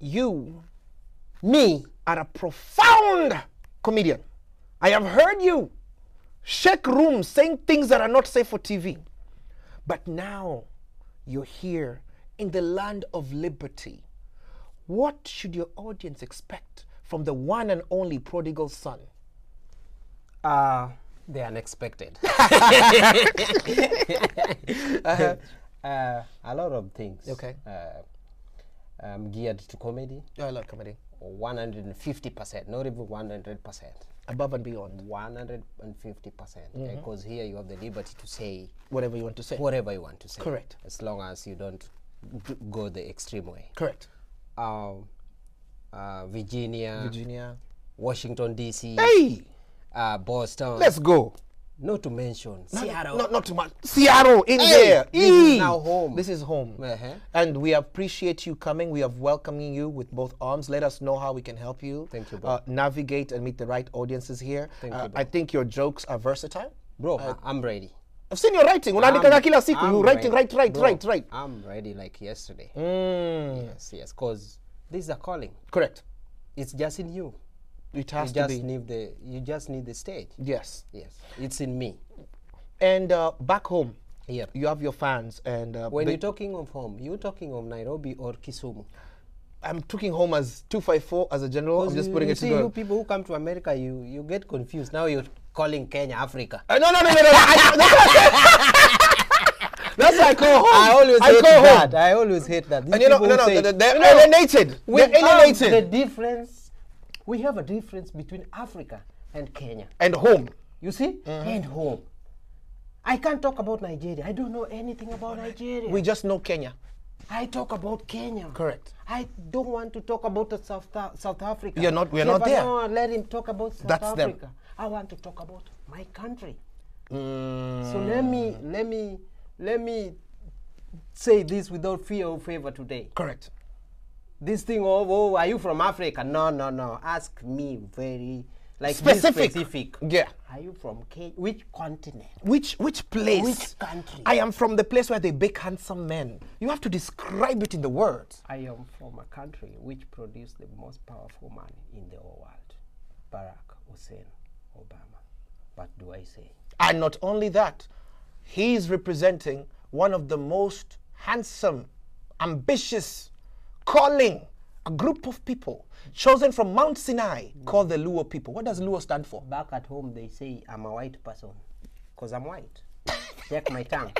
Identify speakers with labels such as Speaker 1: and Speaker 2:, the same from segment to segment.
Speaker 1: you, me, are a profound comedian. I have heard you shake rooms saying things that are not safe for TV. But now you're here in the land of liberty. What should your audience expect from the one and only prodigal son?
Speaker 2: Uh, they are unexpected. uh, uh, a lot of things.
Speaker 1: Okay.
Speaker 2: Uh, I'm geared to comedy,
Speaker 1: I love comedy.
Speaker 2: 150%, not even 100%.
Speaker 1: Above and beyond.
Speaker 2: 150%. percent
Speaker 1: Mm-hmm.
Speaker 2: Because here you have the liberty to say
Speaker 1: Whatever you want to say.
Speaker 2: whatever you want to say.
Speaker 1: Correct.
Speaker 2: As long as you don't g- go the extreme way.
Speaker 1: Correct.
Speaker 2: Um, uh, Virginia,
Speaker 1: Virginia.
Speaker 2: Washington, D.C.,
Speaker 1: Hey,
Speaker 2: uh, Boston.
Speaker 1: let's go.
Speaker 2: not to mention Seattle.
Speaker 1: Not, not too much. Seattle in there.
Speaker 2: this is
Speaker 1: Eh.
Speaker 2: now home.
Speaker 1: This is home.
Speaker 2: Uh-huh.
Speaker 1: And we appreciate you coming. We are welcoming you with both arms. Let us know how we can help you.
Speaker 2: Thank you, bro.
Speaker 1: Uh, navigate and meet the right audiences here.
Speaker 2: Thank
Speaker 1: Uh,
Speaker 2: you, bro.
Speaker 1: I think your jokes are versatile.
Speaker 2: Bro,
Speaker 1: Uh,
Speaker 2: I- I'm ready.
Speaker 1: I've seen your writing. Unaandikaga kila siku.
Speaker 2: I'm
Speaker 1: You writing, right,
Speaker 2: ready.
Speaker 1: right,
Speaker 2: Bro,
Speaker 1: right, right.
Speaker 2: I'm ready like yesterday.
Speaker 1: Mm.
Speaker 2: Yes, yes, because this is a calling.
Speaker 1: Correct.
Speaker 2: It's just in you.
Speaker 1: It has
Speaker 2: You
Speaker 1: to
Speaker 2: just
Speaker 1: be.
Speaker 2: need the you just need the stage.
Speaker 1: Yes.
Speaker 2: Yes, it's in me.
Speaker 1: And uh, back home,
Speaker 2: Here.
Speaker 1: you have your fans. And uh,
Speaker 2: When
Speaker 1: they-
Speaker 2: you're talking of home, you're talking of Nairobi or Kisumu.
Speaker 1: I'm talking home as 254 as a general. I'm just
Speaker 2: you,
Speaker 1: putting
Speaker 2: you
Speaker 1: it
Speaker 2: see,
Speaker 1: together.
Speaker 2: you people who come to America, you you get confused. Now you're calling Kenya Africa.
Speaker 1: Uh, no, no, no, no, no. I, that's, what I, that's what Oh, I call home.
Speaker 2: I always hate
Speaker 1: call
Speaker 2: that.
Speaker 1: home.
Speaker 2: I always hate that. These
Speaker 1: And you know,
Speaker 2: people
Speaker 1: no,
Speaker 2: who
Speaker 1: no,
Speaker 2: say,
Speaker 1: they're, they're alienated.
Speaker 2: We
Speaker 1: They're
Speaker 2: have
Speaker 1: alienated.
Speaker 2: the difference. We have a difference between Africa and Kenya.
Speaker 1: and home.
Speaker 2: You see?
Speaker 1: Mm-hmm.
Speaker 2: And home. I can't talk about Nigeria. I don't know anything about Nigeria.
Speaker 1: We just know Kenya.
Speaker 2: I talk about Kenya.
Speaker 1: Correct.
Speaker 2: I don't want to talk about the South South Africa.
Speaker 1: You're not- we're not
Speaker 2: Lebanon,
Speaker 1: there.
Speaker 2: Let him talk about South
Speaker 1: That's them.
Speaker 2: Africa. I want to talk about my country.
Speaker 1: Mm.
Speaker 2: So let me let me let me say this without fear or favor today.
Speaker 1: Correct.
Speaker 2: this thing of oh are you from africa no no no ask me very like be
Speaker 1: Specific.
Speaker 2: specific.
Speaker 1: Yeah.
Speaker 2: are you from K- which continent
Speaker 1: Which which place?
Speaker 2: Which country?
Speaker 1: I am from the place where they bake handsome men. You have to describe it in the words.
Speaker 2: i am from a country which produced the most powerful man in the whole world barack hussein obama what do i say
Speaker 1: And not only that, he is representing one of the most handsome, ambitious, calling a group of people chosen from Mount Sinai called the Luo people. What does Luo stand for?
Speaker 2: back at home they say i'm a white person because i'm white check my tongue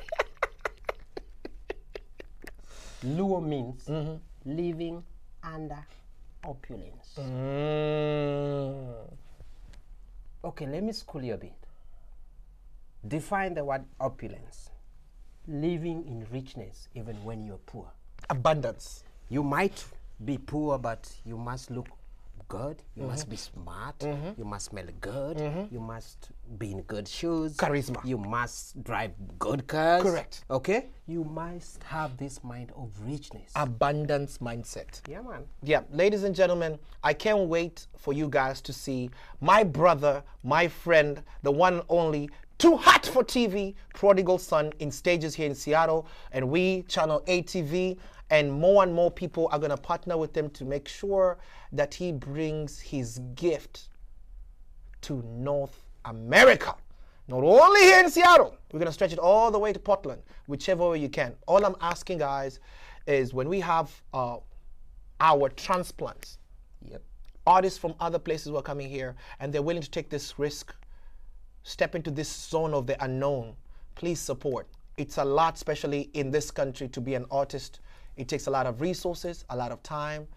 Speaker 2: luo means living under opulence Okay, let me school you a bit. Define the word opulence. Living in richness even when you're poor.
Speaker 1: Abundance.
Speaker 2: You might be poor, but you must look good. You
Speaker 1: Mm-hmm.
Speaker 2: must be smart. You must smell good. You must be in good shoes.
Speaker 1: Charisma.
Speaker 2: You must drive good cars.
Speaker 1: Correct.
Speaker 2: Okay? You must have this mind of richness.
Speaker 1: Abundance mindset.
Speaker 2: yeah, man.
Speaker 1: Yeah, ladies and gentlemen, I can't wait for you guys to see my brother, my friend, the one and only, too hot for TV, Prodigal Son in stages here in Seattle. And we, Channel ATV, and more and more people are going to partner with him to make sure that he brings his gift to North America. Not only here in Seattle, we're going to stretch it all the way to Portland, whichever way you can. All I'm asking, guys, is when we have uh, our transplants,
Speaker 2: Yep.
Speaker 1: artists from other places who are coming here and they're willing to take this risk, step into this zone of the unknown, please support. It's a lot, especially in this country, to be an artist. It takes a lot of resources, a lot of time,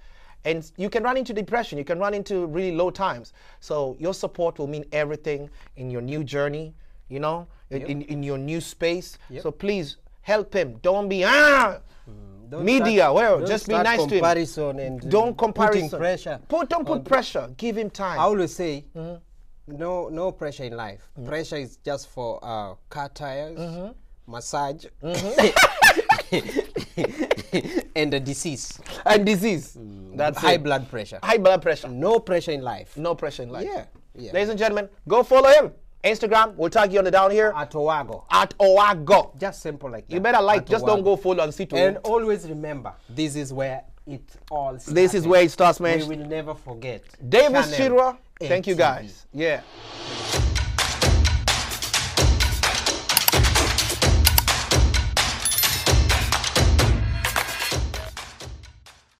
Speaker 1: and you can run into depression. You can run into really low times. So your support will mean everything in your new journey, you know, in, in, in your new space. So please help him. Don't be ah
Speaker 2: Hmm. Don't
Speaker 1: media.
Speaker 2: start-
Speaker 1: well,
Speaker 2: don't
Speaker 1: just be
Speaker 2: start
Speaker 1: nice to him
Speaker 2: Comparison and
Speaker 1: don't
Speaker 2: putting
Speaker 1: comparison.
Speaker 2: pressure.
Speaker 1: Put don't
Speaker 2: on
Speaker 1: put pressure. Give him time.
Speaker 2: I always say,
Speaker 1: Mm-hmm.
Speaker 2: no, no pressure in life. Pressure is just for uh, car tires,
Speaker 1: Mm-hmm.
Speaker 2: massage, and the disease,
Speaker 1: and disease. That's
Speaker 2: high
Speaker 1: it.
Speaker 2: blood pressure.
Speaker 1: Mm. High blood pressure.
Speaker 2: No pressure in life.
Speaker 1: No pressure in life.
Speaker 2: Yeah, yeah.
Speaker 1: Ladies and gentlemen, go follow him. Instagram. We'll tag you on the down here
Speaker 2: At Owago,
Speaker 1: at Owago.
Speaker 2: just simple like that.
Speaker 1: You better like.
Speaker 2: At
Speaker 1: Just don't
Speaker 2: Owago.
Speaker 1: go follow and see to
Speaker 2: And
Speaker 1: it.
Speaker 2: always remember, this is where it all started.
Speaker 1: This is where it starts, man.
Speaker 2: We will never forget.
Speaker 1: Davis
Speaker 2: Channel
Speaker 1: Chidra. Thank you
Speaker 2: 8 TV.
Speaker 1: guys. Yeah.